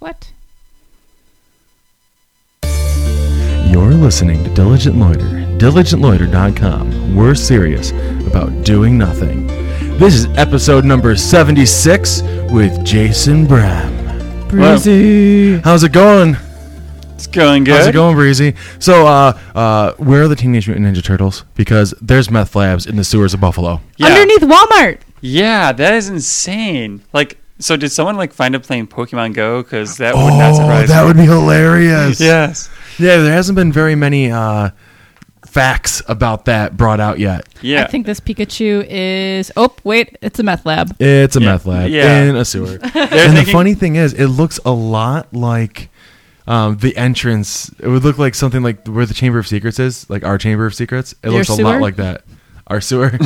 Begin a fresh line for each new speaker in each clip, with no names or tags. What?
You're listening to Diligent Loiter, diligentloiter.com. We're serious about doing nothing. This is episode number 76 with Jason Bram.
Breezy.
How's it going?
it's going good.
How's it going, Breezy? So, uh, uh, where are the Teenage Mutant Ninja Turtles? Because there's meth labs in the sewers of Buffalo.
Yeah.
Underneath Walmart.
Yeah, that is insane. Like, so did someone like find him playing Pokemon Go? Because that would not surprise
Oh, that
me.
would be hilarious.
yes.
Yeah, there hasn't been very many uh, facts about that brought out yet.
Yeah.
I think this Pikachu is. Oh, wait, it's a meth lab.
It's a
Yeah.
meth lab
Yeah.
in a sewer.
They're
and the
thinking-
funny thing is, it looks a lot like um, the entrance. It would look like something like where the Chamber of Secrets is, like our Chamber of Secrets. It
Your
looks a lot
sewer?
like that. Our sewer,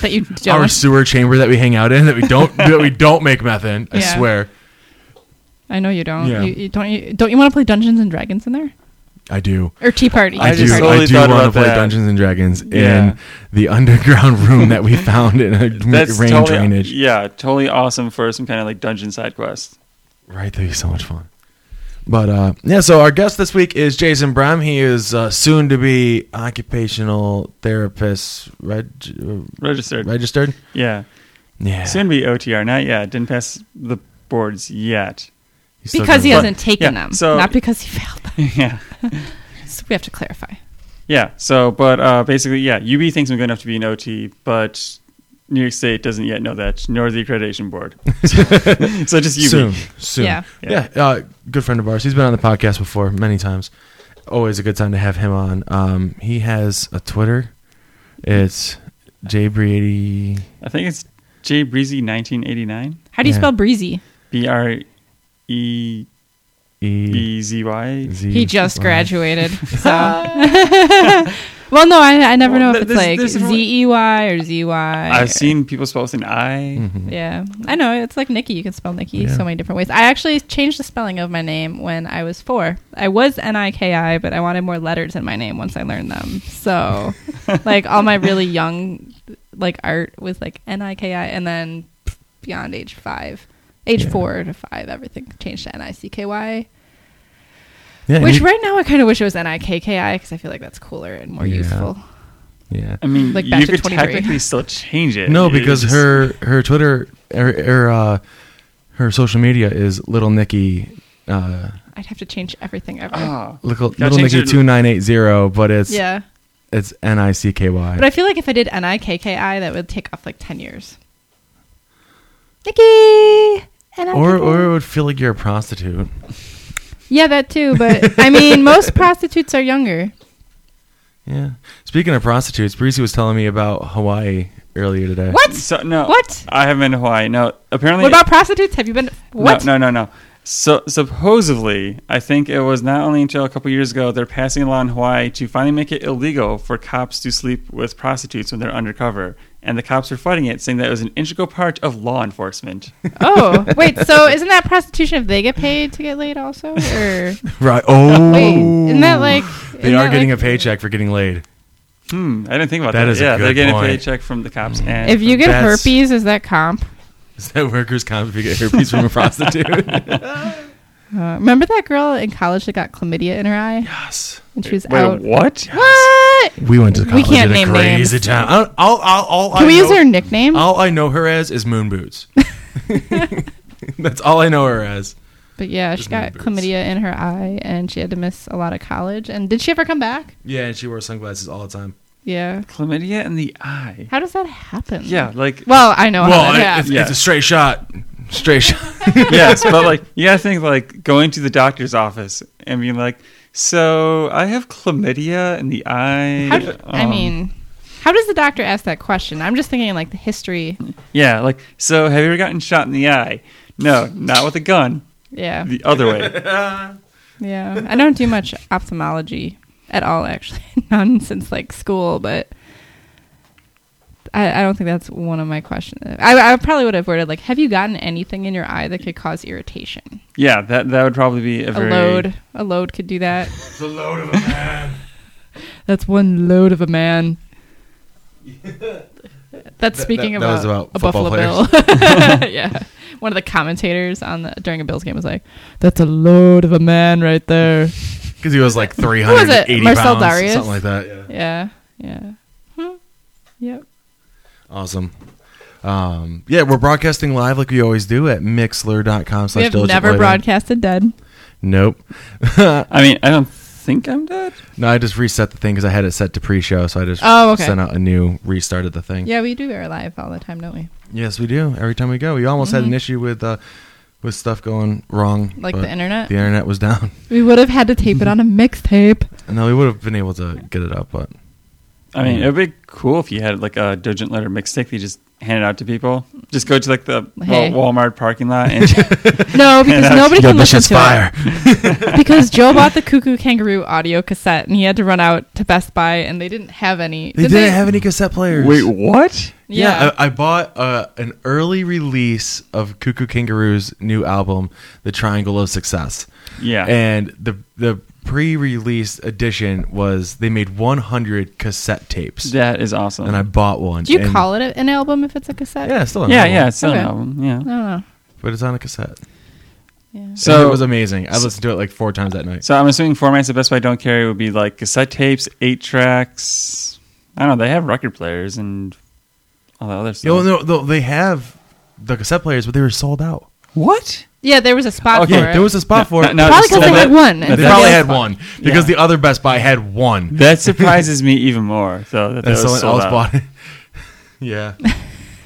That you
our
don't.
sewer chamber that we hang out in, that we don't, that we don't make meth in. I
Yeah.
swear,
I know you don't.
Yeah.
You, you don't. You, don't you want to play Dungeons and Dragons in there
I do.
or Tea Party?
I
I,
Tea
do.
just
Party.
totally
I do
thought
want to
about
play
that.
Dungeons and Dragons
Yeah.
in the underground room that we found in a
That's
rain
totally,
drainage.
Yeah, totally awesome for some kind of like dungeon side quest.
Right, that'd be so much fun. But uh, yeah, so our guest this week is Jason Bram. He is uh, soon to be occupational therapist reg- uh,
Registered.
registered.
Yeah.
Yeah,
Soon to be OTR. Not yet. Didn't pass the boards yet.
He's still
because he
gonna-
hasn't taken
yeah,
them,
so-
not because he failed them.
yeah.
So we have to clarify.
Yeah. So, but uh, basically, yeah, UB thinks I'm good enough to be an OT, but New York State doesn't yet know that, nor the accreditation board. so just UB.
soon, soon.
Yeah.
yeah. Uh, good friend of ours. He's been on the podcast before many times. Always a good time to have him on. Um, he has a Twitter. It's jbrady.
I think it's J Breezy 1989.
How do you
Yeah.
spell breezy?
B R E
E-
B Z Y.
Z-
He just
Y.
graduated. So. well, no, I, I never
Well,
know if
th-
it's
this-
like
this is what-
Z E Y or Z Y.
I've seen people spell with an I.
Mhm.
Yeah, I know. It's like Nikki. You can spell Nikki
Yeah.
so many different ways. I actually changed the spelling of my name when I was four. I was N I K I, but I wanted more letters in my name once I learned them. So, like all my really young, like art was like N I K I, and then beyond age five, age
Yeah.
four to five, everything changed to N I C K Y.
Yeah, and
Which
he-
right now I kind of wish it was N I K K I because I feel like that's cooler and more
Yeah.
useful.
yeah.
I mean,
Like batch
you
of
could
23.
technically still change it.
No,
It
because
just-
her her Twitter her her, uh, her social media is Little Nikki uh,
I'd have to change everything ever.
Ah.
Little,
Gotta
little
change
Nikki
it.
two nine eight zero, but Oh, it's
yeah.
it's N I C K
But
Y.
I feel like if I did N I K K I, that would take off like 10 years. Nikki! N-I-K-K-I.
Or or it would feel like you're a prostitute.
yeah, that too. But I mean, most prostitutes are younger.
Yeah. Speaking of prostitutes, Breezy was telling me about Hawaii earlier today.
What?
So, no.
What?
I haven't been to Hawaii. No, apparently.
What about prostitutes? Have you been. What?
No, no, no, no. So supposedly, I think it was not only until a couple years ago they're passing a law in Hawaii to finally make it illegal for cops to sleep with prostitutes when they're undercover, and the cops were fighting it, saying that it was an integral part of law enforcement.
Oh, wait. So isn't that prostitution if they get paid to get laid also? Or.
Right. Oh.
Wait. Isn't that like.
They are getting a paycheck for getting laid.
hmm, I didn't think about
That
that.
is a
yeah, they're
good
getting
point. Hmm.
a paycheck from the cops. And
If you get
That's-
herpes, is that comp?
Is that workers' comp if you get herpes from a prostitute?
Uh, remember that girl in college that got chlamydia in her eye?
yes.
And she was
wait,
out.
what?
What?
We went to
We
college
can't
at a
name
crazy
names.
time. I, I'll, I'll, all I
Can we use
know-
her nickname?
All I know her as is Moon Boots. That's all I know her as.
But yeah, she
Just
got
numbers.
chlamydia in her eye and she had to miss a lot of college. And did she ever come back?
Yeah, and she wore sunglasses all the time.
Yeah.
Chlamydia in the eye.
How does that happen?
Yeah, like
Well, I know
well,
how that
it-
happens.
it's, it's
Yeah.
a straight shot. Straight shot.
yes, but like you gotta think like going to the doctor's office and being like, so I have chlamydia in the eye.
How d- I
um,
mean, how does the doctor ask that question? I'm just thinking like the history.
Yeah, like so. Have you ever gotten shot in the eye? No, not with a gun.
Yeah.
The other way.
Yeah. I don't do much ophthalmology at all, actually. None since like school, but. I, I don't think that's one of my questions. I, I probably would have worded like, "Have you gotten anything in your eye that could cause irritation?
Yeah, that that would probably be a,
A
very
load, a load could do that.
It's a load of a man.
That's one load of a man. That's
That-
speaking
that- that
about,
was about
a
football
Buffalo Bill. yeah. one of the commentators on the during a Bills game was like, "That's a load of a man right there."
Because he was like
was it?
380
Marcel
pounds,
Darius?
something like that. Yeah.
Yeah, yeah, Hmm. yep.
Awesome. Um, yeah, we're broadcasting live like we always do at mixler.com
We
slash
have
diligent
never
lighting.
broadcasted dead.
Nope.
I mean, I don't think I'm dead.
No, I just reset the thing because I had it set to pre-show, so I just
Oh, okay.
sent out a new restarted the thing.
Yeah, we do air live all the time, don't we?
Yes, we do. Every time we go, we almost had an issue with uh, with stuff going wrong,
Mm-hmm. Like
but
the internet.
The internet was down,
We would have had to tape it on a mixtape.
and then we would have been able to get it up, but
I mean, it would be cool if you had like a Diligent Letter mixtape that you just handed out to people. Just go to like the Wa-
Hey.
Walmart parking lot and
No, because
that's-
nobody
Yo,
can
this
listen
shit's
to
fire.
it. Because Joe bought the Cuckoo Kangaroo audio cassette, and he had to run out to Best Buy, and they didn't have any.
They
Did
didn't have any cassette players.
wait, what?
Yeah.
Yeah, I, I bought uh, an early release of Cuckoo Kangaroo's new album, The Triangle of Success.
Yeah.
and the the pre-release edition was they made 100 cassette tapes,
That is awesome.
and I bought one.
Do you
and-
call it a- an album if it's a cassette?
Yeah, it's still on
yeah,
album,
yeah, it's still an
Okay.
album. Yeah.
I don't know.
but it's on a cassette.
Yeah.
So
So-
it was amazing. I listened to it like four times that night.
So I'm assuming formats the Best Buy don't carry would be like cassette tapes, eight tracks. I don't know. They have record players and all that other stuff.
Yo, no, no, they have the cassette players, but they were sold out.
What?
Yeah, there was a spot
Okay,
for
Yeah,
it.
there was a spot for it.
No, no,
Probably 'cause
so
they
that-
had one.
they
no,
probably
yeah.
had one because the other Best Buy had one,
That surprises me even more. So that, that
and
was
someone
sold
else
out.
bought it. yeah.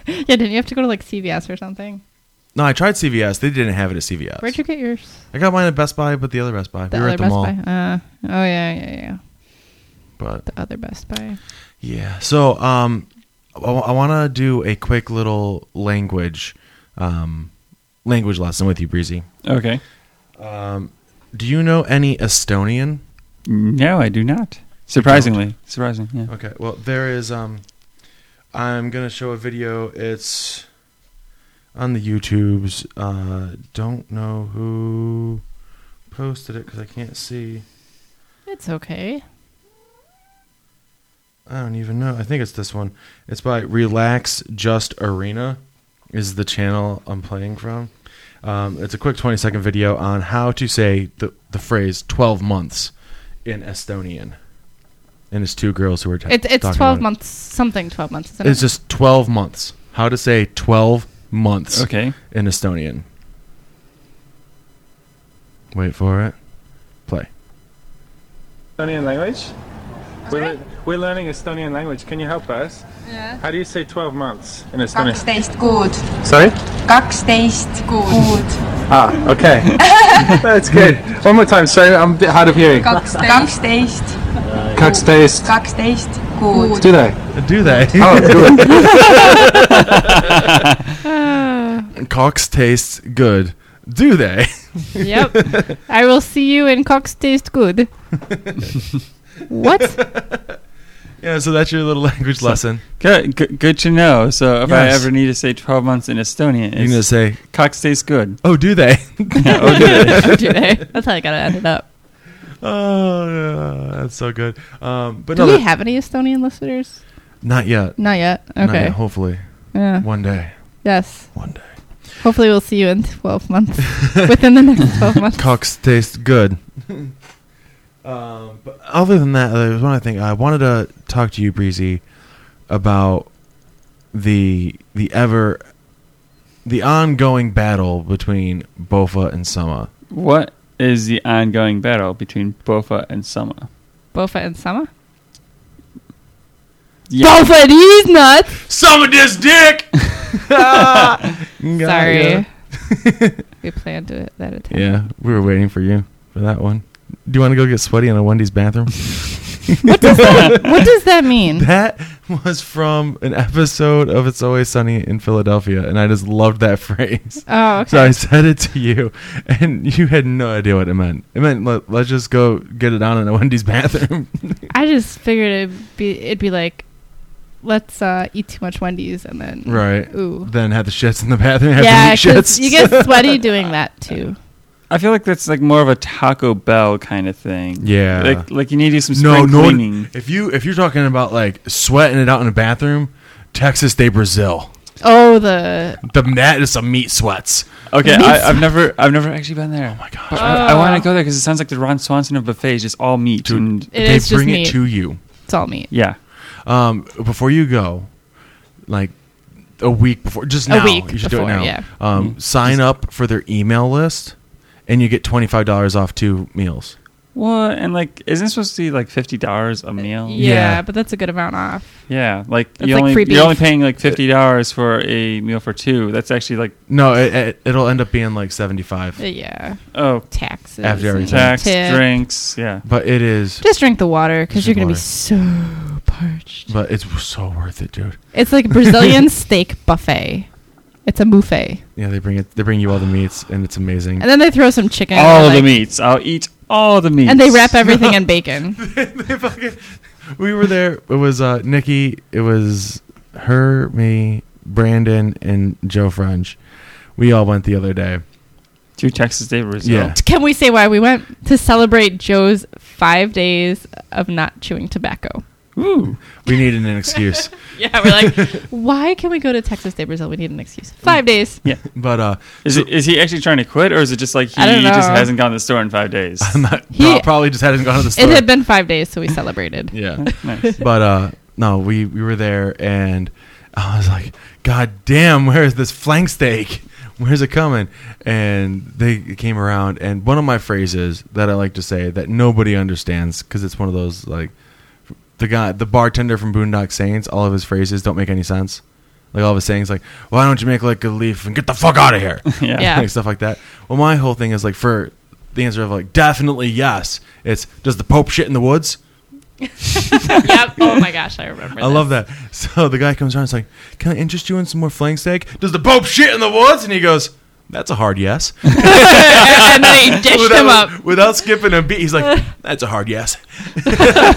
Yeah, didn't you have to go to like CVS or something?
No, I tried CVS. They didn't have it at CVS.
Where'd you get yours?
I got mine at Best Buy, but the other Best Buy.
The
we were
other
at the
Best
mall,
Buy. Uh, oh yeah, yeah, yeah.
but
The other Best Buy.
Yeah. So, um, I, want to do a quick little language, um, language lesson with you, Breezy. Um,
Okay.
Do you know any Estonian?
No, I do not. Surprisingly, surprising. Yeah.
Okay. Well, there is. Um, I'm gonna show a video. It's on the YouTubes. Uh, don't know who posted it because I can't see.
It's okay.
I don't even know. I think it's this one. It's by Relax Just Arena, is the channel I'm playing from. Um, it's a quick 20 second video on how to say the, the phrase 12 months in Estonian. And it's two girls who are ta-
It's it's
talking
twelve
about it.
months something twelve months. Isn't
It's
it?
just 12 months. How to say 12 months
Okay.
in Estonian. Wait for it. Play.
Estonian language? We're, le- we're learning Estonian language. Can you help us?
Yeah.
How do you say 12 months in Estonian?
kaksteist kuud ,
Sorry?
kaksteist kuud ,
Ah, okay. That's good. One more time. Sorry, I'm a bit hard of hearing.
kaksteist ,
Cucks taste.
kaksteist kuud .
Do they?
Do that.
Oh, good.
Uh,
Cox tastes good. Do they?
yep. I will see you in Cox Taste Good. what?
yeah, so that's your little language lesson.
Good, good, good to know. So if
Yes.
I ever need to say 12 months in Estonian,
You're gonna
it's
say,
cock tastes good.
"Oh, do they?"
Yeah, okay.
Do they? That's how I gotta end it up.
oh, yeah, that's so good. Um, but
Do
no,
we
that-
have any Estonian listeners?
not yet.
Not yet. Okay.
Not yet, Hopefully,
Yeah.
one day.
Yes.
One day.
Hopefully, we'll see you in twelve months. Within the next twelve months.
Cocks taste good. um, but other than that, there was one other thing I wanted to talk to you, Breezy, about the the ever the ongoing battle between Bofa and Sama.
what is the ongoing battle between Bofa and Sama?
Bofa and Sama.
Yeah.
Bofa, he's nuts.
Sama this dick.
Sorry. we planned to, that attack.
Yeah, we were waiting for you for that one. Do you want to go get sweaty in a Wendy's bathroom?
What does that mean?
that was from an episode of It's Always Sunny in Philadelphia, and I just loved that phrase.
Oh, okay.
So I said it to you, and you had no idea what it meant. It meant let, let's just go get it on in a Wendy's bathroom.
I just figured it'd be it'd be like, let's uh, eat too much Wendy's and then
right.
Ooh.
Then have the shits in the bathroom. Have
Yeah,
yeah,
'cause
shits.
you get sweaty doing that too.
I feel like that's like more of a Taco Bell kind of thing.
Yeah.
Like, like you need to do some
no,
spring
no.
cleaning.
If you if you're talking about like sweating it out in a bathroom, Texas Day Brazil.
Oh, the
The mat is some meat sweats.
Okay, I, I've never, I've never actually been there.
Oh my gosh.
But I, I want to go there because it sounds like the Ron Swanson of buffets, just all meat.
Dude.
And,
It
they
is just
bring it
meat.
to you.
it's all meat.
yeah,
Um, before you go, like a week before, just now,
week
you should do it
before,
now.
yeah.
Um, Sign up for their email list, and you get twenty five dollars off two meals.
well, and like, isn't it supposed to be like fifty dollars a meal?
Yeah,
Yeah,
but that's a good amount off.
like
That's
you
like
only
free
you're only
beef.
paying like fifty dollars for a meal for two. That's actually like
No, it, it, it'll end up being like seventy five,
Uh, Yeah,
oh,
taxes.
After
and
everything.
tax,
tip.
drinks, yeah.
but it is.
Just drink the water because
Just
you're
drink
gonna be so parched.
But it's so worth it, dude.
It's like a Brazilian steak buffet. It's a buffet,
Yeah, they bring it. They bring you all the meats, and it's amazing.
and then they throw some chicken.
all
like-
the meats. I'll eat all the meats.
And they wrap everything in bacon.
They fucking- we were there. It was uh, Nikki. It was her, me, Brandon, and Joe French. We all went the other day.
to Texas Day Resort.
Yeah.
Can we say why we went to celebrate Joe's five days of not chewing tobacco?
Ooh.
We needed an excuse.
Yeah, we're like, why can we go to Texas Day Brazil? We need an excuse. Five days.
Yeah.
But uh,
Is, it, is he actually trying to quit, or is it just like he
I don't know.
just hasn't gone to the store in five days?
I'm not,
He-
prob- probably just hadn't gone to the store.
It had been five days, so we celebrated.
yeah.
nice.
But uh, no, we we were there, and I was like, God damn, where is this flank steak? Where's it coming? And they came around, and one of my phrases that I like to say that nobody understands because it's one of those like the guy, the bartender from Boondock Saints, all of his phrases don't make any sense. Like all of his sayings, like, why don't you make like a leaf and get the fuck out of here?
Yeah.
Yeah.
like stuff like that. Well, my whole thing is like for the answer of like definitely yes. It's does the Pope shit in the woods?
yep. Oh my gosh, I remember.
I love that. So the guy comes around, it's like, can I interest you in some more flank steak? Does the Pope shit in the woods? And he goes, that's a hard yes.
and then he dished him
without,
up.
without skipping a beat, he's like, that's a hard yes. like,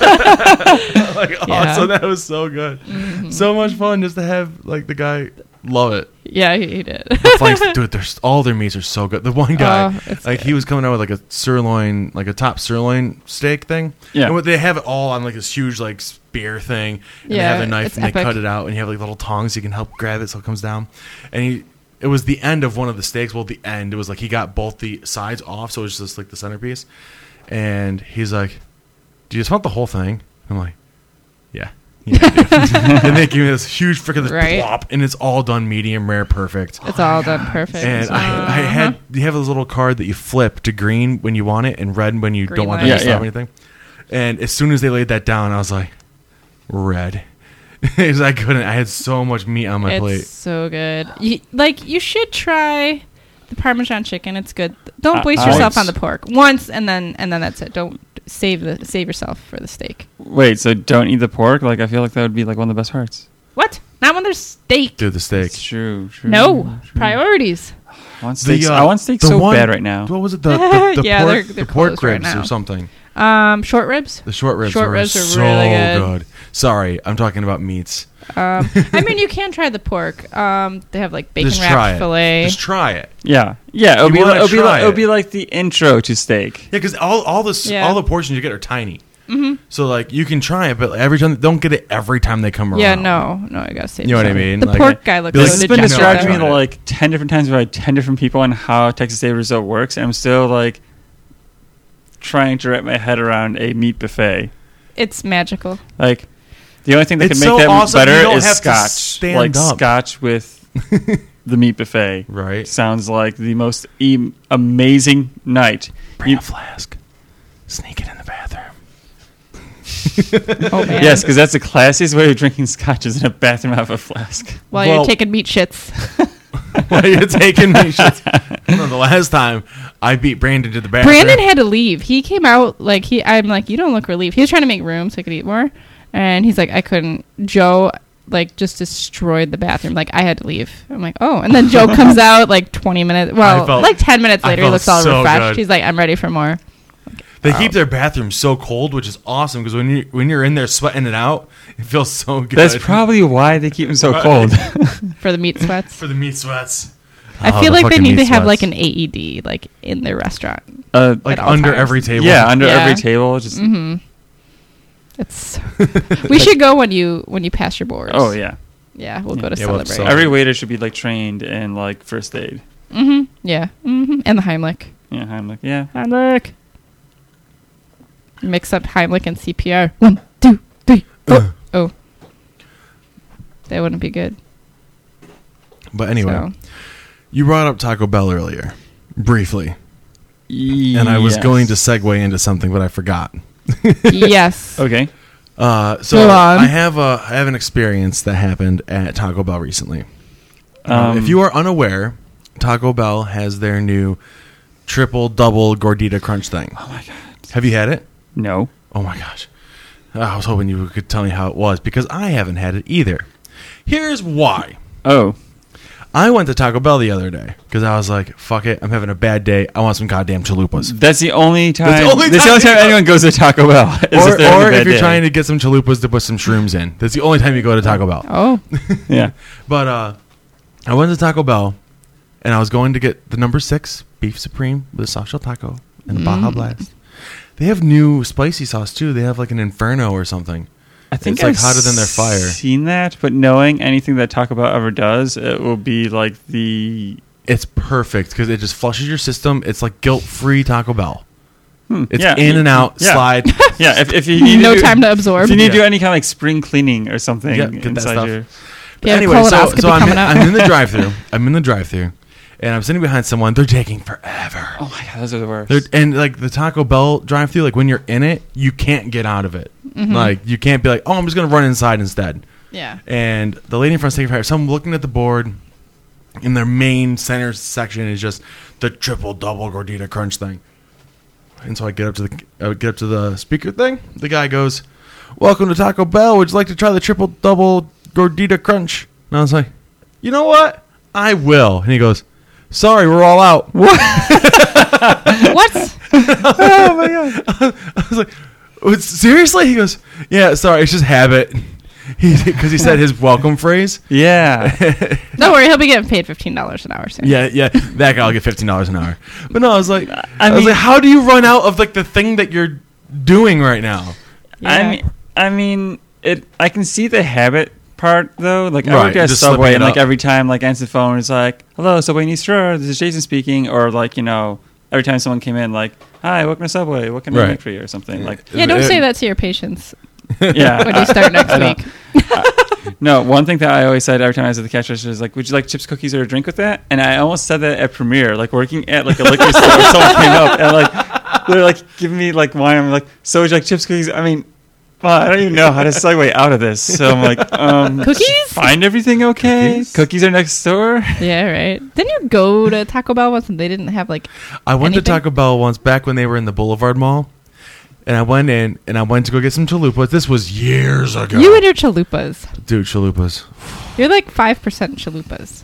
Yeah.
oh, so that was so good.
Mm-hmm.
So much fun just to have like the guy love it.
Yeah, he, he did.
The flanks, dude, they're, all their meats are so good. The one guy,
Oh, it's
like he was coming out with like a sirloin, like a top sirloin steak thing.
Yeah.
And what they have it all on like this huge like spear thing. And they
Yeah,
have a knife
it's
and they
epic.
cut it out and you have like little tongs you can help grab it so it comes down. And he, it was the end of one of the steaks. Well, the end, it was like he got both the sides off. So it was just like the centerpiece. And he's like, do you just want the whole thing? I'm like, yeah. yeah I do." and they give me this huge freaking this
Right.
plop, and it's all done medium rare, perfect.
It's all done perfect.
And I, I
Uh-huh.
had you have this little card that you flip to green when you want it and red when you don't
Green
want
light.
them to
Yeah,
stop
yeah.
anything. And as soon as they laid that down, I was like, red. 'Cause I couldn't. I had so much meat on my
it's
plate.
so good. You, like you should try the Parmesan chicken. It's good. Don't
Uh,
waste
uh,
yourself
once.
on the pork once, and then and then that's it. Don't save the save yourself for the steak.
Wait, so don't eat the pork? Like, I feel like that would be like one of the best parts.
What? Not when there's steak.
Dude, the steak.
It's true. true
No
true.
priorities.
I want steaks,
The, uh,
I want steaks
the
so
one-
bad right now.
What was it? The, the, the
Yeah,
pork,
they're- they're
the pork
closed right
ribs or
now.
something.
Um, short ribs.
The short ribs
Short
were
ribs are
so
really good.
good. Sorry, I'm talking about meats.
Um, I mean, you can try the pork. Um, they have like bacon
Just try
wrapped
it.
fillet.
Just try it.
Yeah, yeah. It'll
You
be,
wanna
like, it'll, be
try
like, it'll
it.
be like the intro to steak.
Yeah, because all all the s
Yeah.
all the portions you get are tiny. Mm-hmm. So like you can try it, but every time don't get it every time they come around.
yeah, no, no, I gotta save.
You know what I
some.
mean?
The
Like-
pork guy looks.
Be like,
so
This has been
did
dejected,
you know I
described to me
tried it?
like ten different times by ten different people on how Texas Day Resort works, and I'm still like trying to wrap my head around a meat buffet.
It's magical.
Like the only thing that
It's
can make
so
that
awesome, you
better
don't
is
have to
scotch.
stand
like
up.
scotch with the meat buffet.
Right.
Sounds like the most e- amazing night.
Bring
You-
a flask. Sneak it in the bathroom.
Oh man.
yes, because that's the classiest way of drinking scotch is in a bathroom out of a flask.
While
Well-
you're taking meat shits.
While you're taking me shots. No, the last time I beat Brandon to the bathroom.
Brandon had to leave. He came out like he. I'm like, you don't look relieved. He was trying to make room so I could eat more, and he's like, I couldn't. Joe like just destroyed the bathroom. Like I had to leave. I'm like, oh, and then Joe comes out like 20 minutes. Well,
felt-
like 10 minutes
I
later, he
felt
looks all
so
refreshed.
good.
He's like, I'm ready for more.
they keep their bathroom so cold, which is awesome because when you when you're in there sweating it out, it feels so good.
That's probably why they keep them so
Right.
cold.
For the meat sweats,
for the meat sweats.
I feel like they need to have like an AED like in their restaurant.
uh,
like
at all
under
times.
every table.
yeah, under
Yeah.
every table. Mm-hmm. Just
Mm-hmm. It's we should go when you when you pass your boards.
oh yeah.
Yeah, we'll go to
Yeah, we'll
celebrate.
have some.
Every waiter should be like trained in like first aid.
Mm-hmm. Yeah. Mm-hmm. And the Heimlich.
Yeah, I'm like, yeah.
Heimlich. Ah, Mix up Heimlich and CPR. One, two, three, four. Oh. That wouldn't be good.
But anyway,
So.
you brought up Taco Bell earlier, briefly, and I was
Yes.
going to segue into something, but I forgot.
yes.
Okay.
Uh, so
Go on.
I have a I have an experience that happened at Taco Bell recently. Uh,
Um,
if you are unaware, Taco Bell has their new triple double gordita crunch thing. Oh my god! Have you had it?
no.
Oh my gosh! I was hoping you could tell me how it was because I haven't had it either. Here's why.
Oh.
I went to Taco Bell the other day because I was like, "Fuck it, I'm having a bad day. I want some goddamn chalupas."
That's the only time. That's the
only
only,
time-
time anyone goes to Taco Bell. is
Or,
they're having a
or if
bad
you're
day.
trying to get some chalupas to put some shrooms in, that's the only time you go to Taco Bell.
Oh.
yeah.
But uh, I went to Taco Bell, and I was going to get the number six beef supreme with a soft shell taco and a Baja Blast. They have new spicy sauce too. They have like an Inferno or something.
I think
It's, like,
I've
hotter than their fire.
Seen that, but knowing anything that Taco Bell ever does, it will be like the
It's perfect because it just flushes your system. It's like guilt-free Taco Bell. It's
Hmm. yeah.
in and out,
Yeah.
slide.
yeah. If, if you need
No
do-
time to absorb.
If you need to
Yeah.
do any kind of like spring cleaning or something
Yeah, get that stuff.
inside your.
Yeah,
so,
colonoscopy
so I'm, in,
coming up.
I'm in the drive-through. I'm in the drive-through, and I'm sitting behind someone. They're taking forever.
Oh my god, those are the worst.
There- and like the Taco Bell drive through, like when you're in it, you can't get out of it. Like you can't be like, oh, I'm just gonna run inside instead.
Yeah.
And the lady in front is taking fire. So I'm looking at the board, and their main center section is just the triple double gordita crunch thing. And so I get up to the I would get up to the speaker thing. The guy goes, "Welcome to Taco Bell. Would you like to try the triple double gordita crunch?" And I was like, "You know what? I will." And he goes, "Sorry, we're all out."
what?
I was like, "Oh, seriously? He goes, yeah, sorry, it's just habit. Because he said his welcome phrase.
yeah.
Don't worry, he'll be getting paid fifteen dollars an hour soon.
Yeah, yeah, that guy will get fifteen dollars an hour. But no, I was like, I, was
mean-
like, how do you run out of like the thing that you're doing right now?
Yeah.
I mean, I mean, it. I can see the habit part though. Like I
Right,
worked at
just
Subway,
slipping it
and like
up.
every time, like answer the phone is like, "Hello, Subway needs sure. This is Jason speaking," or like you know, every time someone came in, like, "Hi, welcome to Subway. What can
Right.
I make for you?" or something. Like,
Yeah,
Uh,
don't say that to your patients
yeah.
when you start next
I don't-
week.
No, one thing that I always said every time I was at the cash register is like, "Would you like chips, cookies, or a drink with that?" And I almost said that at Premiere, like working at like a liquor store. someone came up and like they're like giving me like wine. I'm like, "So would you like chips, cookies?" I mean, well, I don't even know how to segue out of this. So I'm like, um,
Cookies?
Find everything okay?
Cookies?
Cookies, are next door.
Yeah, right. Didn't you go to Taco Bell once and they didn't have like
I went to
Anything?
Taco Bell once back when they were in the Boulevard Mall, and I went in and I went to go get some chalupas. This was years ago.
you and your chalupas?
dude chalupas
You're like five percent chalupas,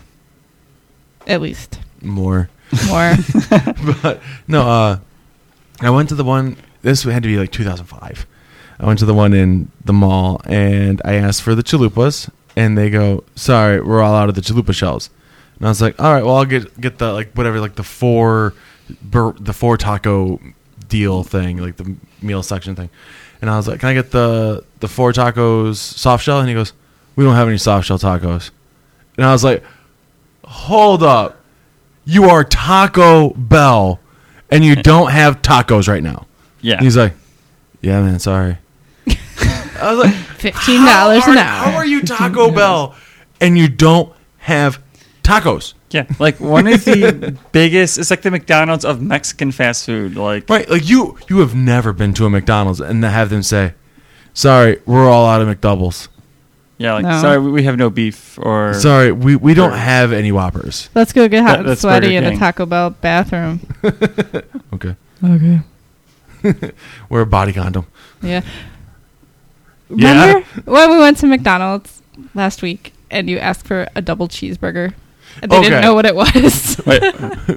at least
more.
more.
but no, uh, I went to the one. This had to be like 2005. I went to the one in the mall and I asked for the chalupas, and they go, "Sorry, we're all out of the chalupa shells." And I was like, "All right, well, I'll get get the like whatever, like the four, bur- the four taco deal thing, like the meal section thing." And I was like, "Can I get the the four tacos soft shell?" And he goes, "We don't have any soft shell tacos." And I was like, "Hold up." you are Taco Bell, and you don't have tacos right now.
Yeah,
And he's like, yeah, man, sorry. I was like,
Fifteen dollars an
"How are- How
hour.
are you Taco Bell, and you don't have tacos?
yeah. Like one of the biggest. It's like the McDonald's of Mexican fast food. Like,
Right? Like you, you have never been to a McDonald's and to have them say, "Sorry, we're all out of McDoubles.
yeah, like
No.
sorry, we we have no beef or
Sorry, we we don't have any Whoppers."
Let's go get hot
That-
and
that's
sweaty
Burger
in a
King.
Taco Bell bathroom.
Okay,
Okay.
wear a body condom.
Yeah.
Yeah.
Remember when we went to McDonald's last week and you asked for a double cheeseburger and they
Okay.
didn't know what it was?
Wait,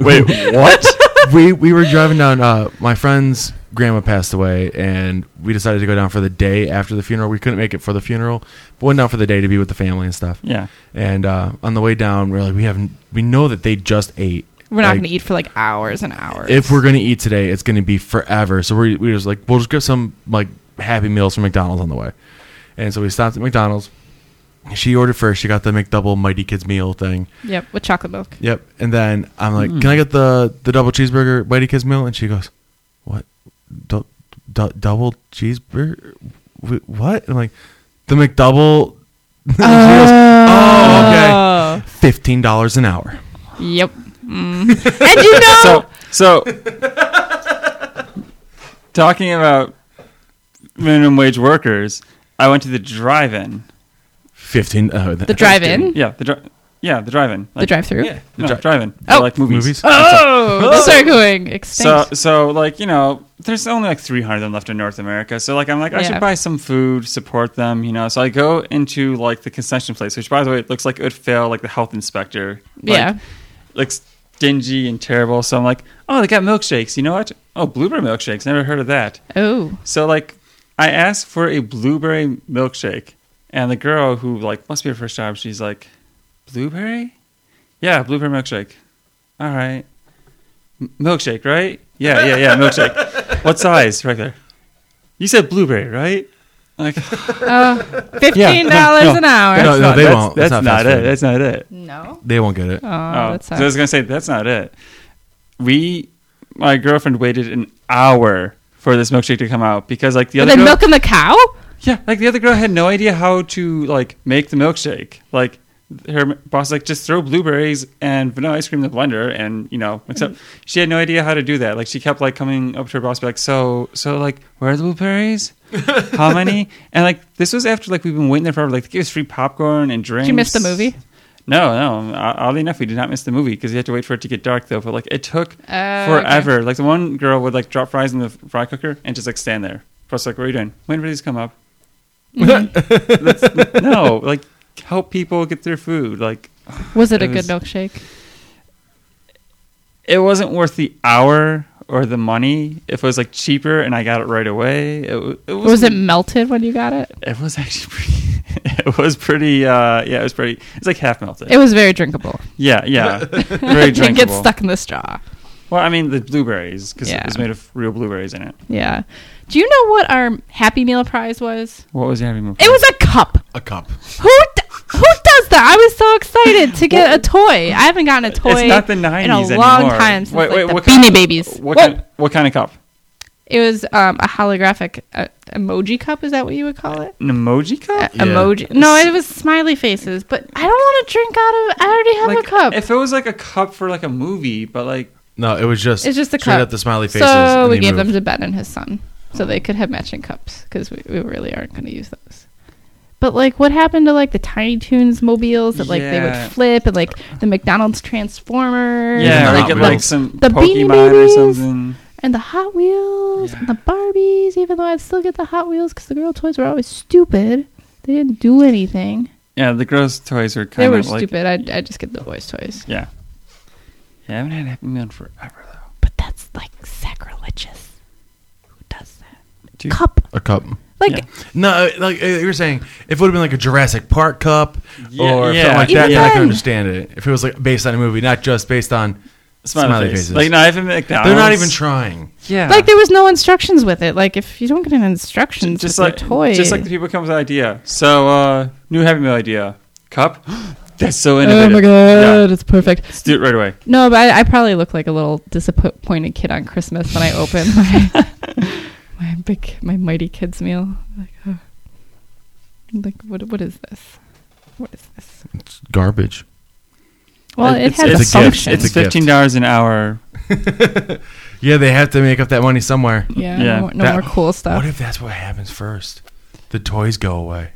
wait, what?
we we were driving down. Uh, my friend's grandma passed away, and we decided to go down for the day after the funeral. We couldn't make it for the funeral, but went down for the day to be with the family and stuff.
Yeah.
And uh, on the way down, we're like, we have we know that they just ate.
We're not
Like,
going to eat for like hours and hours.
If we're gonna eat today, it's gonna be forever. So we we just like we'll just get some like happy meals from McDonald's on the way. And so we stopped at McDonald's, She ordered first. She got the McDouble Mighty Kids meal thing.
Yep, with chocolate milk.
Yep. And then I'm like, "Can
Mm.
I get the the double cheeseburger Mighty Kids meal?" And she goes, "What? Du- du- double cheeseburger? Wh- What?" I'm like, "The McDouble." And she goes, "Oh,
Oh,
okay. Fifteen dollars an hour."
yep. Mm. and you know,
So, so talking about minimum wage workers, I went to the drive-in.
Fifteen. Oh,
the drive-in,
Yeah, the dri- yeah, the drive-in.
the
Like,
drive-through.
Yeah,
The
no,
dri-
drive-in.
Oh.
I like movies.
Movies?
Oh, those are going
So,
extinct.
so like you know, there's only like 300 of them left in North America. So like I'm like I
Yeah.
should buy some food, support them, you know. So I go into like the concession place, which by the way, it looks like it would fail like the health inspector. Like,
yeah,
looks dingy and terrible. So I'm like, oh, they got milkshakes. You know what? Oh, blueberry milkshakes. Never heard of that.
oh,
So like, I asked for a blueberry milkshake, and the girl who like must be her first job, she's like, blueberry? Yeah, blueberry milkshake. All right, M- milkshake, right? Yeah, yeah, yeah, milkshake. what size, regular? You said blueberry, right? Like,
fifteen dollars an hour.
No,
that's not-
they
that's-
won't. That's
That's,
not fast
not, it.
food.
That's not it.
No,
They won't get it.
oh,
Oh,
that
so
sucks.
I was gonna say that's not it. We, my girlfriend waited an hour for this milkshake to come out because like the
Are
other
they
girl,
milking the cow?
yeah, like the other girl had no idea how to like make the milkshake. Like her boss like just throw blueberries and vanilla ice cream in the blender and you know mix up.
Mm-hmm.
She had no idea how to do that. Like she kept like coming up to her boss be like so so like where are the blueberries? How many? And like this was after like we've been waiting there forever. Like they gave us free popcorn and drinks.
Did you miss the movie?
No, no. O- Oddly enough, we did not miss the movie because you had to wait for it to get dark, though. But like, it took
Oh, okay.
forever. Like the one girl would like drop fries in the fry cooker and just like stand there. Plus, like, what are you doing? When do these come up?
Mm.
That's- no, like help people get their food. Like,
Was it,
It
a good
was-
milkshake?
it wasn't worth the hour or the money. If it was like cheaper and I got it right away, it, w- it was.
Was it melted when you got it?
It was actually pretty. it was pretty. Uh, yeah, it was pretty. It's like half melted.
It was very drinkable.
yeah, yeah. Very
It didn't
drinkable.
get stuck in the straw.
Well, I mean the blueberries because
Yeah.
it was made of real blueberries in it.
Yeah. Do you know what our Happy Meal prize was?
What was having?
It was a cup.
A cup.
Who d- who does that? I was so excited to get a toy. I haven't gotten a toy
It's not the
in a
nineties
long time since like, the Beanie Babies.
What
Whoa.
kind, what kind of cup?
It was um, a holographic uh, emoji cup. Is that what you would call it?
An emoji
A-
cup?
Yeah.
Emoji? No, it was smiley faces. But I don't want to drink out of. I already have
Like,
a cup.
If it was like a cup for like a movie, but like
No, it was just.
It's just a
straight
cup.
up the smiley faces.
So
and
we
they
gave
moved.
them to Ben and his son, so they could have matching cups because we, we really aren't going to use those. But like, what happened to like the Tiny Toons mobiles that like they
Yeah.
would flip and like the McDonald's Transformers?
yeah,
and,
or
the
you
like,
Hot
get
the-
like
Wheels.
some
The Beanie
Pokemon or
Babies.
something.
and the Hot Wheels and the Barbies. Even though I still get the Hot Wheels because the girl toys were always stupid. They didn't do anything.
Yeah, the gross toys are
They
kind
were
of like
stupid. I I just get the boys' toys,
yeah. Yeah, I haven't had a Happy Meal in forever though.
but that's like sacrilegious. Who does that?
Dude.
Cup
a cup.
like.
Yeah.
No, like uh, you were saying, if it would have been like a Jurassic Park cup
Yeah,
or
yeah.
something like
Even
that, then I
then.
could understand it. If it was like based on a movie, not just based on smiley,
face.
faces.
Like no, I haven't McDonald's.
They're not even trying.
Yeah.
Like there was no instructions with it. Like if you don't get an instructions
just
with
like
your toy,
just like the people come with an idea. So uh new Happy Meal idea. Cup? That's so
oh
innovative.
my god,
Yeah.
it's perfect.
Let's do it right away.
No, but I, I probably look like a little disappointed kid on Christmas when I open my my big my mighty kids meal. Like, oh. like what what is this? What is this?
It's garbage.
Well, it,
It's-
has
it's
a
a gift.
function.
It's
It's a gift.
fifteen dollars an hour.
Yeah, they have to make up that money somewhere.
yeah,
yeah.
no, more, no
That-
more cool stuff.
What if that's what happens first? The toys go away.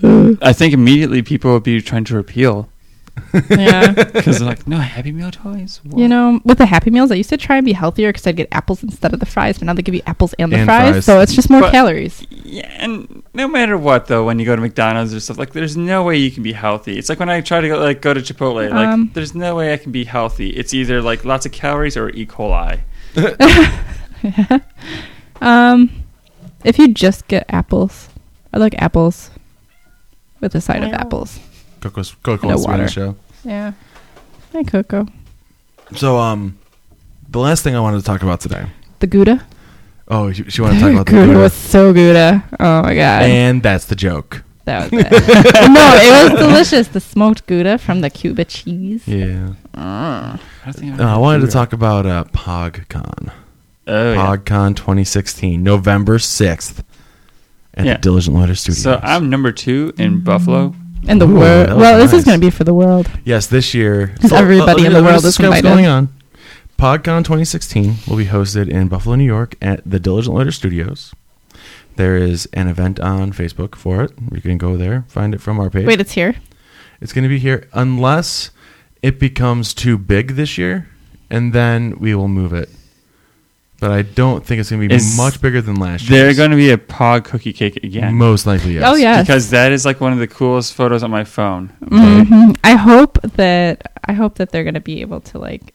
I think immediately people would be trying to repeal
yeah,
because they're like, no Happy Meal toys. What?
you know, with the Happy Meals, I used to try and be healthier because I'd get apples instead of the fries, but now they give you apples and the
And
fries,
fries.
so it's just more
But-
calories.
Yeah, and no matter what though, when you go to McDonald's or stuff like, there's no way you can be healthy. It's like when I try to go, like go to Chipotle, like
Um.
there's no way I can be healthy. It's either like lots of calories or E. coli.
Um, if you just get apples, I like apples with a side of apples.
Coco's
No
Coco's
water.
show.
Yeah, and cocoa,
So um, the last thing I wanted to talk about today.
the gouda.
Oh, she, she wanted to talk about the
Gouda
Gouda.
was so gouda. Oh my god,
and that's the joke.
That was it. no, it was delicious. The smoked Gouda from the Cuba cheese.
Yeah.
Mm.
I, don't think I've
Uh, I
ever
wanted to
heard
talk about uh, PogCon.
Oh, yeah.
PogCon 2016, November 6th at
Yeah.
the Diligent Letter Studios.
So I'm number two
Mm-hmm.
in Buffalo.
And the
Ooh,
world.
that was
Well, this
nice.
is going to be for the world.
Yes, this year. Oh,
Because everybody in the
let me
world is
describe what's
invited.
going on. PodCon 2016 will be hosted in Buffalo, New York at the Diligent Letter Studios. There is an event on Facebook for it. You can go there, find it from our page.
Wait, it's here.
It's going to be here unless it becomes too big this year, and then we will move it. But I don't think it's going to be
Is-
much bigger than last year.
They're going to be a Pog cookie cake again.
Most likely, yes.
Oh yeah.
Because that is like one of the coolest photos on my phone.
hmm I hope that I hope that they're going to be able to like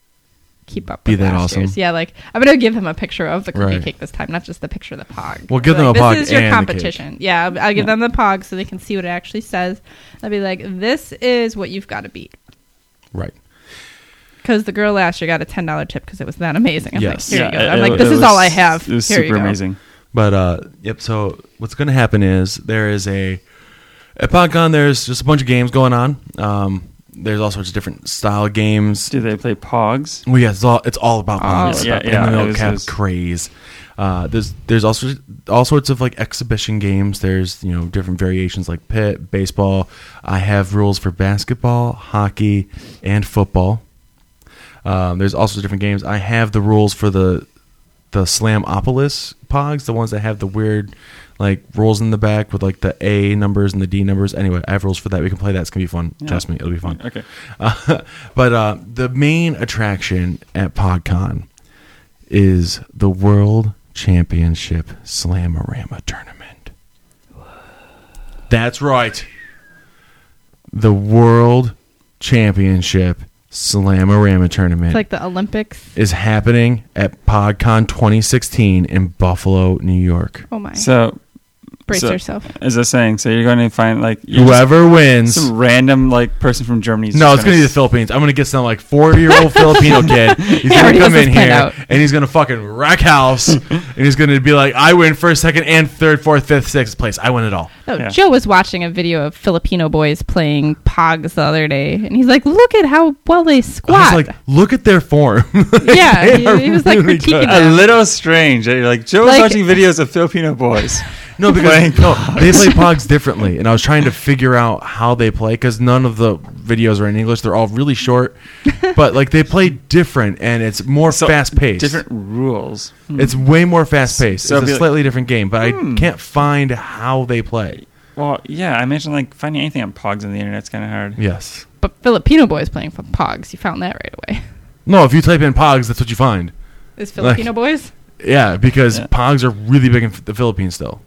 keep up.
Be
with
that
last
awesome.
year's. Yeah, like I'm going to give him a picture of the cookie
Right.
cake this time, not just the picture of the pog.
Well, give
Be
them
like, This
a pog
is your
and a cake."
competition. Yeah, I'll, I'll give
Yeah.
them the pog so they can see what it actually says. I'll be like, this is what you've got to beat.
Right.
Because the girl last year got a ten dollar tip because it was that amazing. I'm
Yes.
like, here you
it-
go. I'm
it
like,
wa-
this
it
is all
was-
I have.
It was
Here you
super
go.
amazing.
But uh, yep. So what's going to happen is there is a at PodCon there's just a bunch of games going on. Um, there's all sorts of different style games.
Do they play Pogs?
Well, yeah, it's all it's all about Pogs.
yeah,
about
Oh, yeah,
the
it
little
was-
cap
it was-
craze. Uh, there's there's all sorts, all sorts of like exhibition games. There's you know different variations like pit baseball. I have rules for basketball, hockey, and football. Um, there's also different games. I have the rules for the the Slamopolis Pogs, the ones that have the weird like rules in the back with like the A numbers and the D numbers. Anyway, I have rules for that. We can play that. It's gonna be fun. Trust me, it'll be fun.
Okay.
Uh, but uh, the main attraction at PodCon is the World Championship Slamorama Tournament. That's right. The World Championship Slamorama Tournament
It's like the Olympics.
is happening at PodCon 2016 in Buffalo, New York.
Oh my!
So,
Brace
so-
yourself.
as I was saying, so you're going to find like you're just-
Whoever wins.
some random like person from Germany. is
No,
just
it's gonna be the Philippines. I'm gonna get some like four year old Filipino kid. He's gonna
already
come
has
in
this planned
here
out.
and he's gonna fucking wreck house and he's gonna be like, I win first, second, and third, fourth, fifth, sixth place. I win it all.
Oh,
Yeah.
Joe was watching a video of Filipino boys playing pogs the other day, and he's like, "Look at how well they squat."
I was like, look at their form.
yeah,
They are
he, he was like
really
critiquing
good.
a
them.
little strange. that You're like Joe's
Like-
watching videos of Filipino boys.
No,
Playing
because no, they play Pogs differently, and I was trying to figure out how they play because none of the videos are in English. They're all really short, but like they play different, and it's more
So,
fast paced.
Different rules.
It's way more fast paced.
Mm. So
it's
it'd
a
be like- Hmm.
slightly different game, but I can't find how they play.
Well, yeah, I imagine like finding anything on Pogs on the internet's kind of hard.
Yes.
but Filipino boys playing for pogs. You found that right away.
No, if you type in Pogs, that's what you find.
Is Filipino boys?
Yeah, because
Yeah.
Pogs are really big in F- the Philippines still,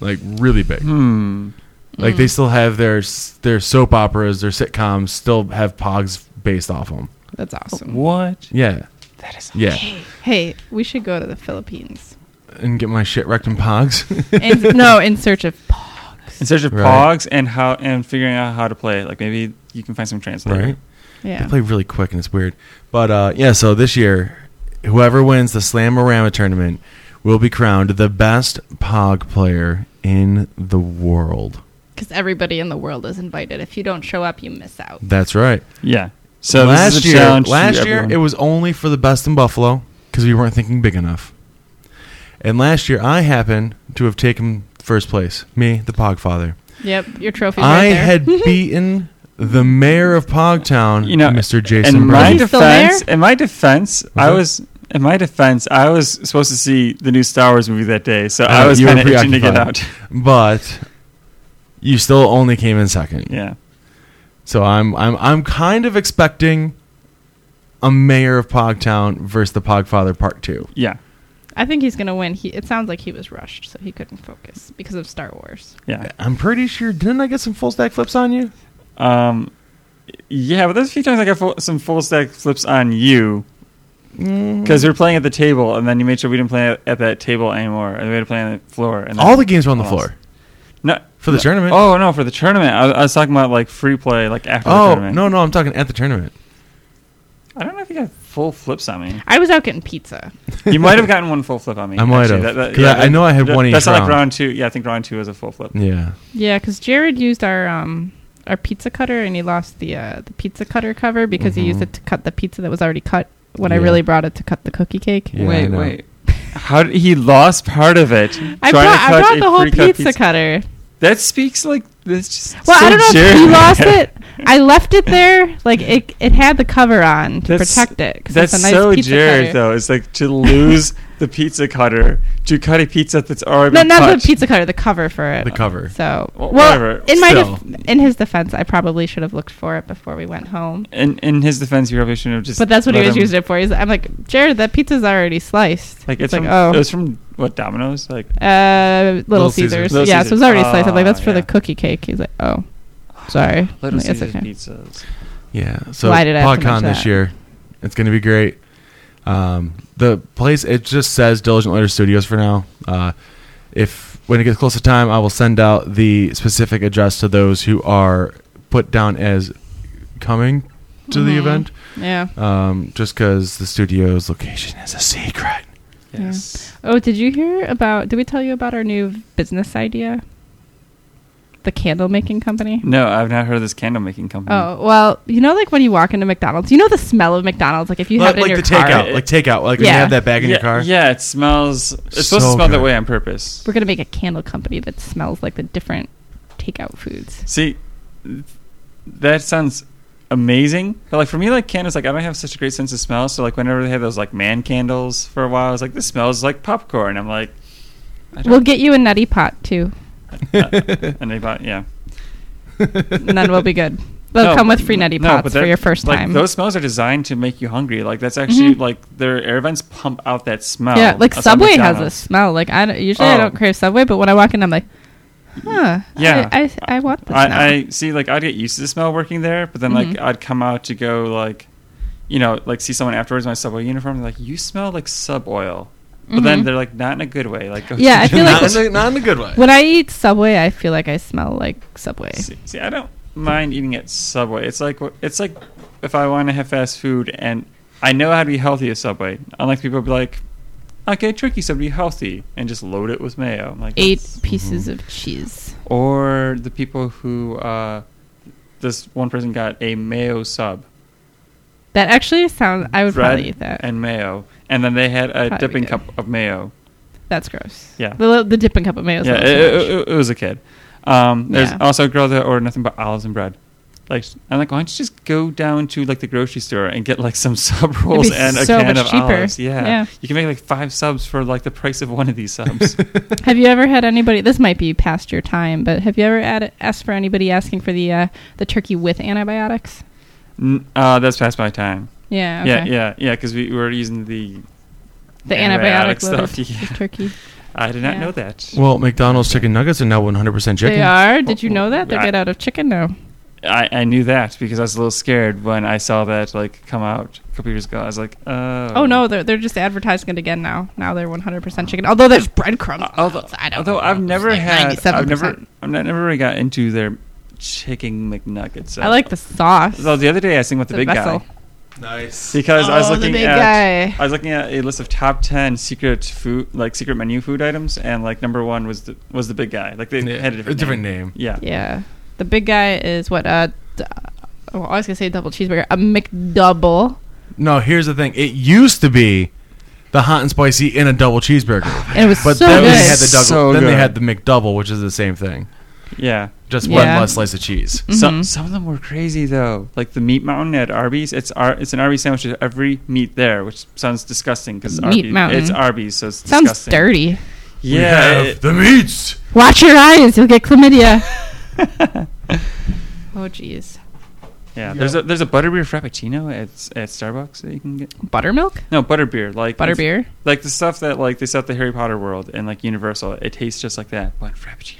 like really big.
Hmm.
Like they still have their s- their soap operas, their sitcoms still have Pogs based off them.
That's awesome.
What?
Yeah,
That is.
yeah,
Hey, we should go to the Philippines.
and get my shit wrecked in Pogs.
In, no, in search of
In
pogs.
search of
Right.
Pogs and how and figuring out how to play. it. Like maybe you can find some translator.
right? They
Yeah.
play really quick and it's weird. But uh, yeah, so this year, whoever wins the Slamorama tournament will be crowned the best Pog player in the world.
Because everybody in the world is invited. If you don't show up, you miss out.
That's right.
Yeah. So
last
this is a
year,
challenge to
last year
everyone.
it was only for the best in Buffalo because we weren't thinking big enough. And last year, I happened to have taken first place. Me, the Pog father.
Yep, your trophy's
I
right there.
had beaten the mayor of Pogtown,
you know,
Mr.
In
Jason Uh-huh.
my
Brady.
He's still
defense, in my defense, I
that?
was in my defense, I was supposed to see the new Star Wars movie that day, so I
Uh,
was
you were
kind of itching to get out.
preoccupied. but you still only came in second.
yeah.
So I'm I'm I'm kind of expecting a mayor of Pogtown versus the Pogfather Part Two.
Yeah.
I think he's going to win. He, it sounds like he was rushed, so he couldn't focus because of Star Wars.
Yeah.
I'm pretty sure. Didn't I get some full stack flips on you?
Um, yeah, but there's a few times I got full, some full stack flips on you
Mm. Hmm.
because we were playing at the table, and then you made sure we didn't play at, at that table anymore, and we had to play on the floor. And then
All the games were on the
I
floor
lost. No,
for the
no-
tournament.
Oh no, for the tournament. I, I was talking about like free play, like after the
Oh,
tournament.
no no! I'm talking at the tournament.
I don't know if you got full flips on me.
I was out getting pizza.
You might have gotten one full flip on me.
I might
actually.
have. 'Cause I- I know I had
that-
one each
That's not like
round.
round two. Yeah, I think round two was a full flip.
Yeah.
Yeah, because Jared used our um our pizza cutter and he lost the uh, the pizza cutter cover because he used
Mm-hmm.
it
Mhm.
to cut the pizza that was already cut. When I
Yeah.
really brought it to cut the cookie cake.
Yeah, I
wait,
know.
wait. How did, he lost part of
I
it? trying
brought,
to
I
cut
brought
a
the whole
pre-cut
pizza, cutter.
That speaks like this. Just
Well,
so
I don't know
Jared-
if you lost it. I left it there. Like it, it had the cover on to
That's-
protect it. 'cause
That's
it's a nice
so
pizza
Jared,
cutter.
though. It's like to lose the pizza cutter to cut a pizza that's already
No,
been
not
touched.
the pizza cutter, the cover for it.
The cover.
So, well,
Well, whatever,
in my
still.
def- in his defense, I probably should have looked for it before we went home.
In in his defense, you probably shouldn't have just.
But that's what he
let
was
him-
using it for. He's, I'm like, Jared, that pizza's already sliced.
Like it's,
like,
from,
oh,
it was from what Domino's? Like
uh, Little,
Little Caesars.
Caesars.
Little
yeah, so it was already
Caesars.
sliced. I'm like, that's
Ah,
for
yeah.
the cookie cake. He's like, oh, sorry. I'm
Little
like, "It's
Caesars
okay."
pizzas.
Yeah. So
Why did I have to
PodCon
mention
this
that?
year. It's gonna be great. Um, the place it just says Diligent Letter Studios for now. Uh, if when it gets close to time, I will send out the specific address to those who are put down as coming to the
Mhm.
event.
Yeah.
Um, just because the studio's location is a secret.
Yeah.
Yes.
Oh, did you hear about? Did we tell you about our new business idea? The candle making company.
No, I've not heard of this candle making company.
Oh well, you know, like when you walk into McDonald's, you know the smell of McDonald's. Like if you have it
like
in
like
your
the
car,
takeout, like takeout, like when you
Yeah.
have that bag in
yeah,
your car.
Yeah, it smells. It's supposed
So
to smell
good.
that way on purpose.
we're gonna make a candle company that smells like the different takeout foods.
See, that sounds amazing. But like for me, like candles, like I don't have such a great sense of smell. So like whenever they had those like man candles for a while, I was like, this smells like popcorn. I'm like, I
We'll get you a nutty pot too,
and they bought yeah.
and then we'll be good. They'll
No,
come with free nutty
no,
pots
but
for
that-
your first
like,
time.
Those smells are designed to make you hungry. Like that's actually
Mhm.
like their air vents pump out that smell.
yeah, like
That's how
Subway has a
McDonald's-
smell. Like I don't, usually
Oh.
I don't crave Subway, but when I walk in, I'm like, huh,
Yeah.
I I, I want this now.
I, I see. Like I'd get used to the smell working there, but then like
Mhm.
I'd come out to go like, you know, like see someone afterwards in my Subway uniform. Like you smell like sub oil, but then
Mhm.
they're like not in a good way. Like oh,
Yeah, I feel like-
not, in the, not in the good way.
when I eat Subway, I feel like I smell like Subway.
see, see, I don't mind eating at Subway. It's like it's like if I want to have fast food and I know how to be healthy at Subway. Unlike people who be like, okay, tricky, so be healthy and just load it with mayo. I'm like
Eight
that's-
pieces of cheese.
or the people who uh, this one person got a mayo sub.
That actually sounds. I would
bread
probably eat that.
and mayo, and then they had a
Probably
dipping
good.
cup of mayo.
That's gross.
Yeah.
The, the dipping cup of mayo.
yeah,
Yeah,
it, it, it- it was a kid. Um, there's
Yeah.
also a girl that ordered nothing but olives and bread. Like I'm like, why don't you just go down to like the grocery store and get like some sub rolls and a
so
can
much
of
cheaper.
olives? Yeah.
Yeah.
you can make like five subs for like the price of one of these subs.
have you ever had anybody? This might be past your time, but have you ever ad- asked for anybody asking for the uh, the turkey with antibiotics?
N- uh, that's past my time.
Yeah.
Yeah,
Okay.
yeah, yeah. Because we were using the
The
Antibiotic
antibiotic, loaded
stuff, yeah.
with turkey.
I did not
Yeah.
know that.
Well, McDonald's chicken nuggets are now 100% chicken.
They are. Did you
Well,
know that they're
I-
made out of chicken now?
I, I knew that because I was a little scared when I saw that like come out a couple years ago. I was like, oh,
Oh no, they're they're just advertising it again now. Now they're 100% chicken. Although there's breadcrumbs.
Uh, although
I don't
although
know.
I've
It's
never
like
had, I've never,
97%.
I've not- never really got into their chicken McNuggets.
I like the sauce.
So oh, the other day I sing with the,
The
big
vessel.
guy
Nice.
because I was
Oh, the
looking
big
at
guy.
I was looking at a list of top ten secret food like secret menu food items and like number one was the was the big guy like they
Yeah,
had a different
a different name.
yeah
Yeah. The big guy is what uh d- oh, I was going to say double cheeseburger, a McDouble.
No, here's the thing. It used to be the hot and spicy in a double cheeseburger.
And it was
But
so
then
good.
they had the double,
So
then they
good.
had the McDouble, which is the same thing.
yeah.
Just one
Yeah.
less slice of cheese.
Some
Mhm.
some of them were crazy though, like the meat mountain at Arby's. It's Ar- it's an Arby's sandwich with every meat there, which sounds disgusting because
Meat
Arby's
mountain.
it's Arby's, so it's
Sounds
disgusting.
dirty.
We
Yeah,
have
it-
the meats.
Watch your eyes, you'll get chlamydia. oh jeez.
yeah. There's a there's a butterbeer frappuccino at at Starbucks that you can get.
Buttermilk?
No butterbeer, like it's-
Butterbeer?
like the stuff that like they sell at the Harry Potter world and like Universal. It tastes just like that, but frappuccino.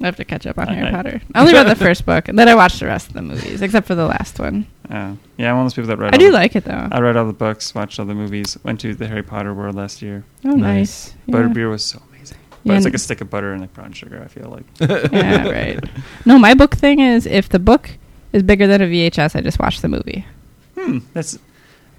I have to catch up on
I-
Harry
I-
Potter. I only read the first book, and then I watched the rest of the movies, except for the last one.
Uh, yeah, I'm one of those people that read.
I
all
do
the-
like it though.
I read all the books, watched all the movies, went to the Harry Potter world last year.
Oh, nice. Yeah.
Butterbeer was so amazing. But
Yeah,
it's
and-
like a stick of butter and like brown sugar. I feel like.
yeah, right. No, my book thing is if the book is bigger than a VHS, I just watch the movie.
Hmm, that's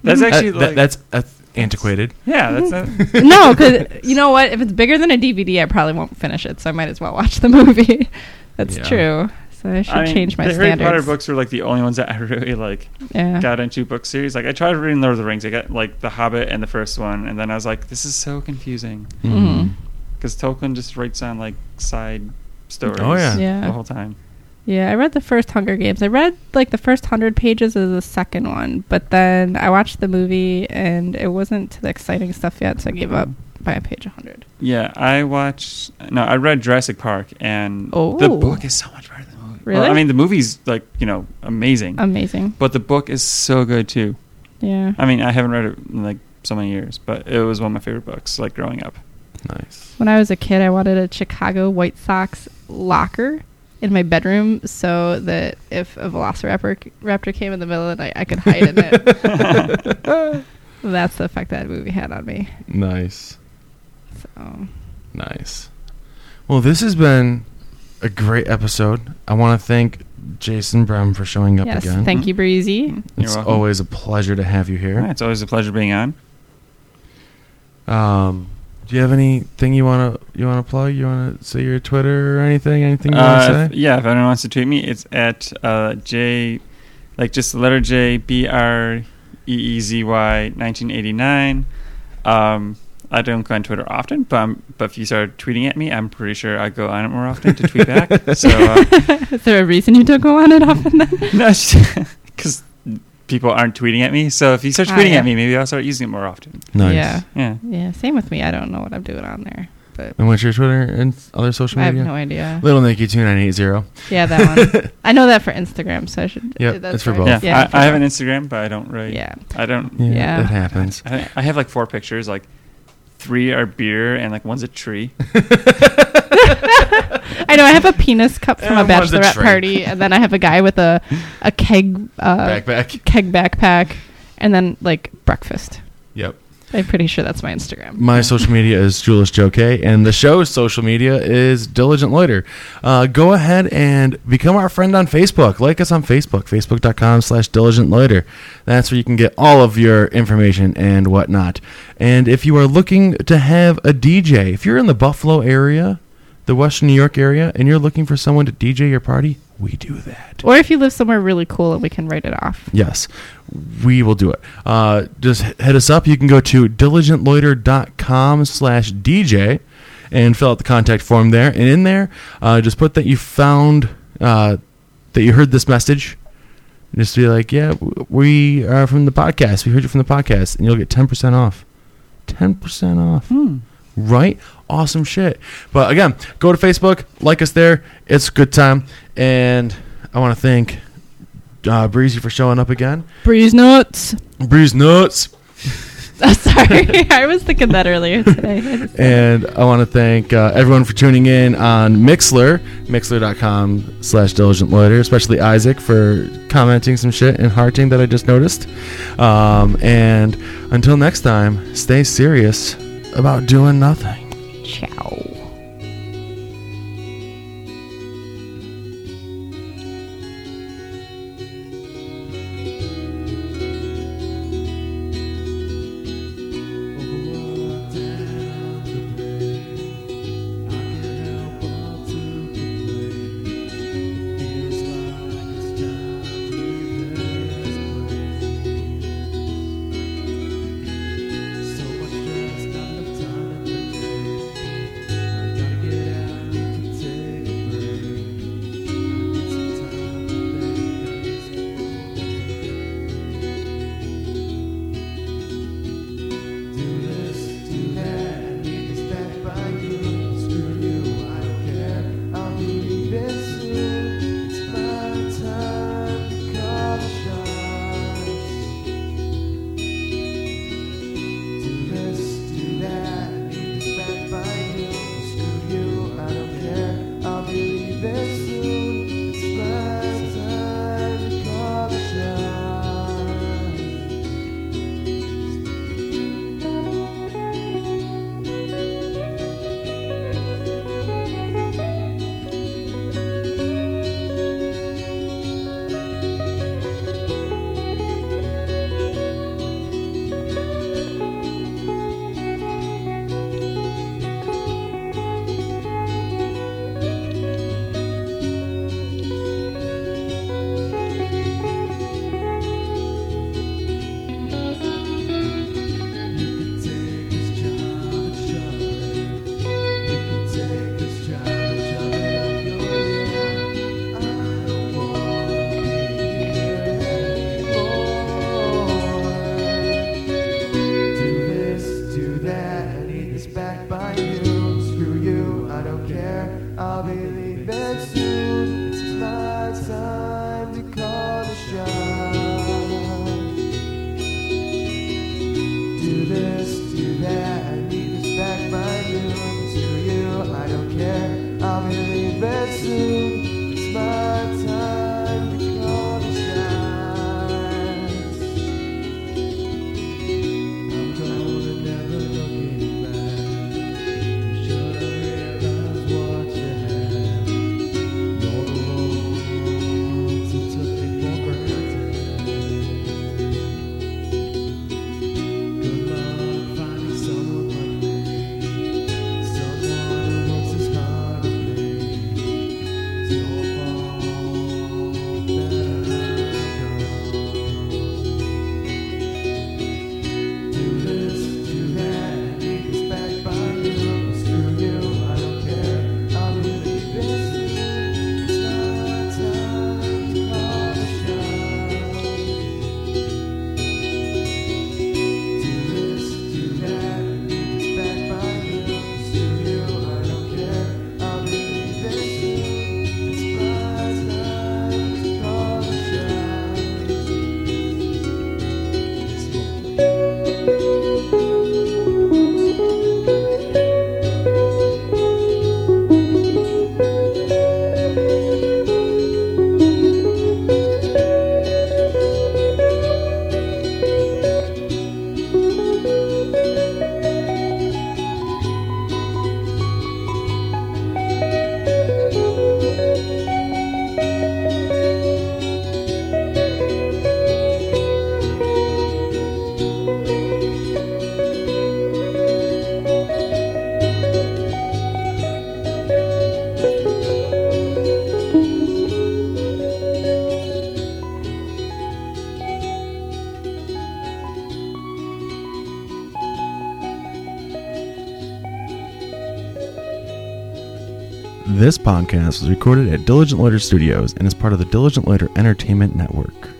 That's
That-
actually
Uh, that-
like
that's, that's antiquated.
yeah. That's
Mm-hmm.
a,
no, because you know what? If it's bigger than a DVD, I probably won't finish it, so I might as well watch the movie. That's
Yeah.
true. So I should
I mean,
change my
the Harry
standards.
Potter books were like the only ones that I really like
yeah.
got into book series. Like I tried reading Lord of the Rings. I got like The Hobbit and the first one, and then I was like, this is so confusing
Hmm.
Mhm.
because Tolkien just writes on like side stories.
Oh, yeah.
Yeah.
the whole time.
Yeah, I read the first Hunger Games. I read like the first hundred pages of the second one, but then I watched the movie and it wasn't to the exciting stuff yet, so I gave up by page hundred.
Yeah, I watched. No, I read Jurassic Park, and the
Oh.
book is so much better than the movie. Well,
Really?
I mean, the movie's like you know amazing,
Amazing.
but the book is so good too.
Yeah.
I mean, I haven't read it in like so many years, but it was one of my favorite books like growing up.
Nice.
When I was a kid, I wanted a Chicago White Sox locker in my bedroom so that if a velociraptor raptor came in the middle of the night, I could hide in it. That's the effect that movie had on me.
Nice.
So,
Nice. Well, this has been a great episode. I want to thank Jason Brem for showing up
yes,
again. Mm-hmm.
thank you, Breezy.
it's
welcome.
always a pleasure to have you
Yeah,
here.
it's always a pleasure being on.
Um, do you have anything you want to you want to plug? You want to say your Twitter or anything? Anything you
Uh,
want
if-
to say?
yeah, if anyone wants to tweet me, it's at uh, J, like just the letter J, B R E E Z Y, 1989. Um, I don't go on Twitter often, but, I'm, but if you start tweeting at me, I'm pretty sure I go on it more often to tweet back. So, uh,
Is there a reason you don't go on it often then?
no, because people aren't tweeting at me. So if you start
Ah,
tweeting
yeah.
at me, maybe I'll start using it more often.
Nice.
Yeah.
Yeah.
Yeah, same with me. I don't know what I'm doing on there, but
And what's your Twitter and other Oh, social
I have
media?
no idea.
Little Nicky two nine eight zero.
Yeah, that one. I know that for Instagram, so I should.
Yep, it's for
where-
both.
Yeah.
yeah,
I, I have an Instagram, but I don't really.
Yeah.
I don't.
Yeah,
Yeah.
that happens.
I, I have like four pictures. Like three are beer, and like one's a tree.
I know I have a penis cup from a
And one's a
bachelorette
drink.
party, and then I have a guy with a a keg uh,
Backpack.
keg backpack, and then like breakfast.
Yep.
I'm pretty sure that's my Instagram.
My social media is Julius Joe K, and the show's social media is Diligent Loiter. Uh, go ahead and become our friend on Facebook. Like us on Facebook, facebook.com slash Diligent Loiter. That's where you can get all of your information and whatnot. And if you are looking to have a DJ, if you're in the Buffalo area, the Western New York area, and you're looking for someone to DJ your party, we do that.
Or if you live somewhere really cool and we can write it off.
Yes, we will do it. Uh, just h- hit us up. You can go to diligentloiter.com slash DJ and fill out the contact form there. And in there, uh, just put that you found, uh, that you heard this message. And just be like, yeah, w- we are from the podcast. We heard you from the podcast. And you'll get 10% off. 10% off. Right? Awesome shit. But again, go to Facebook, like us there. It's a good time. And I want to thank uh, Breezy for showing up again.
Breeze notes.
Breeze Nuts.
Sorry, I was thinking that earlier today.
And I want to thank uh, everyone for tuning in on Mixler, mixler.com slash diligent loiter, especially Isaac for commenting some shit and hearting that I just noticed. Um, and until next time, stay serious about doing nothing.
Ciao.
So much just kind of time in the day. I back by you. Screw you, I don't care. I'll be leaving soon. It's my time to call the shot. Do this, do that. I need this back by noon. Screw you, I don't care. I'll be leaving soon. It's my time to call the shots. I'm cold and never looking back. You should have realized what you had. You're the ones who took me for granted. Good luck finding someone like me, someone who works as hard as me. It's your fault that I'm gone. Do this, do that, take this back by you. Screw you, I don't care. I'll leave this. It's not time to call the shots. Do this, do that, take this back by you. Screw you, I don't care. I'll leave this. It's not time to call the shots.
This podcast was recorded at Diligent Loiter Studios and is part of the Diligent Loiter Entertainment Network.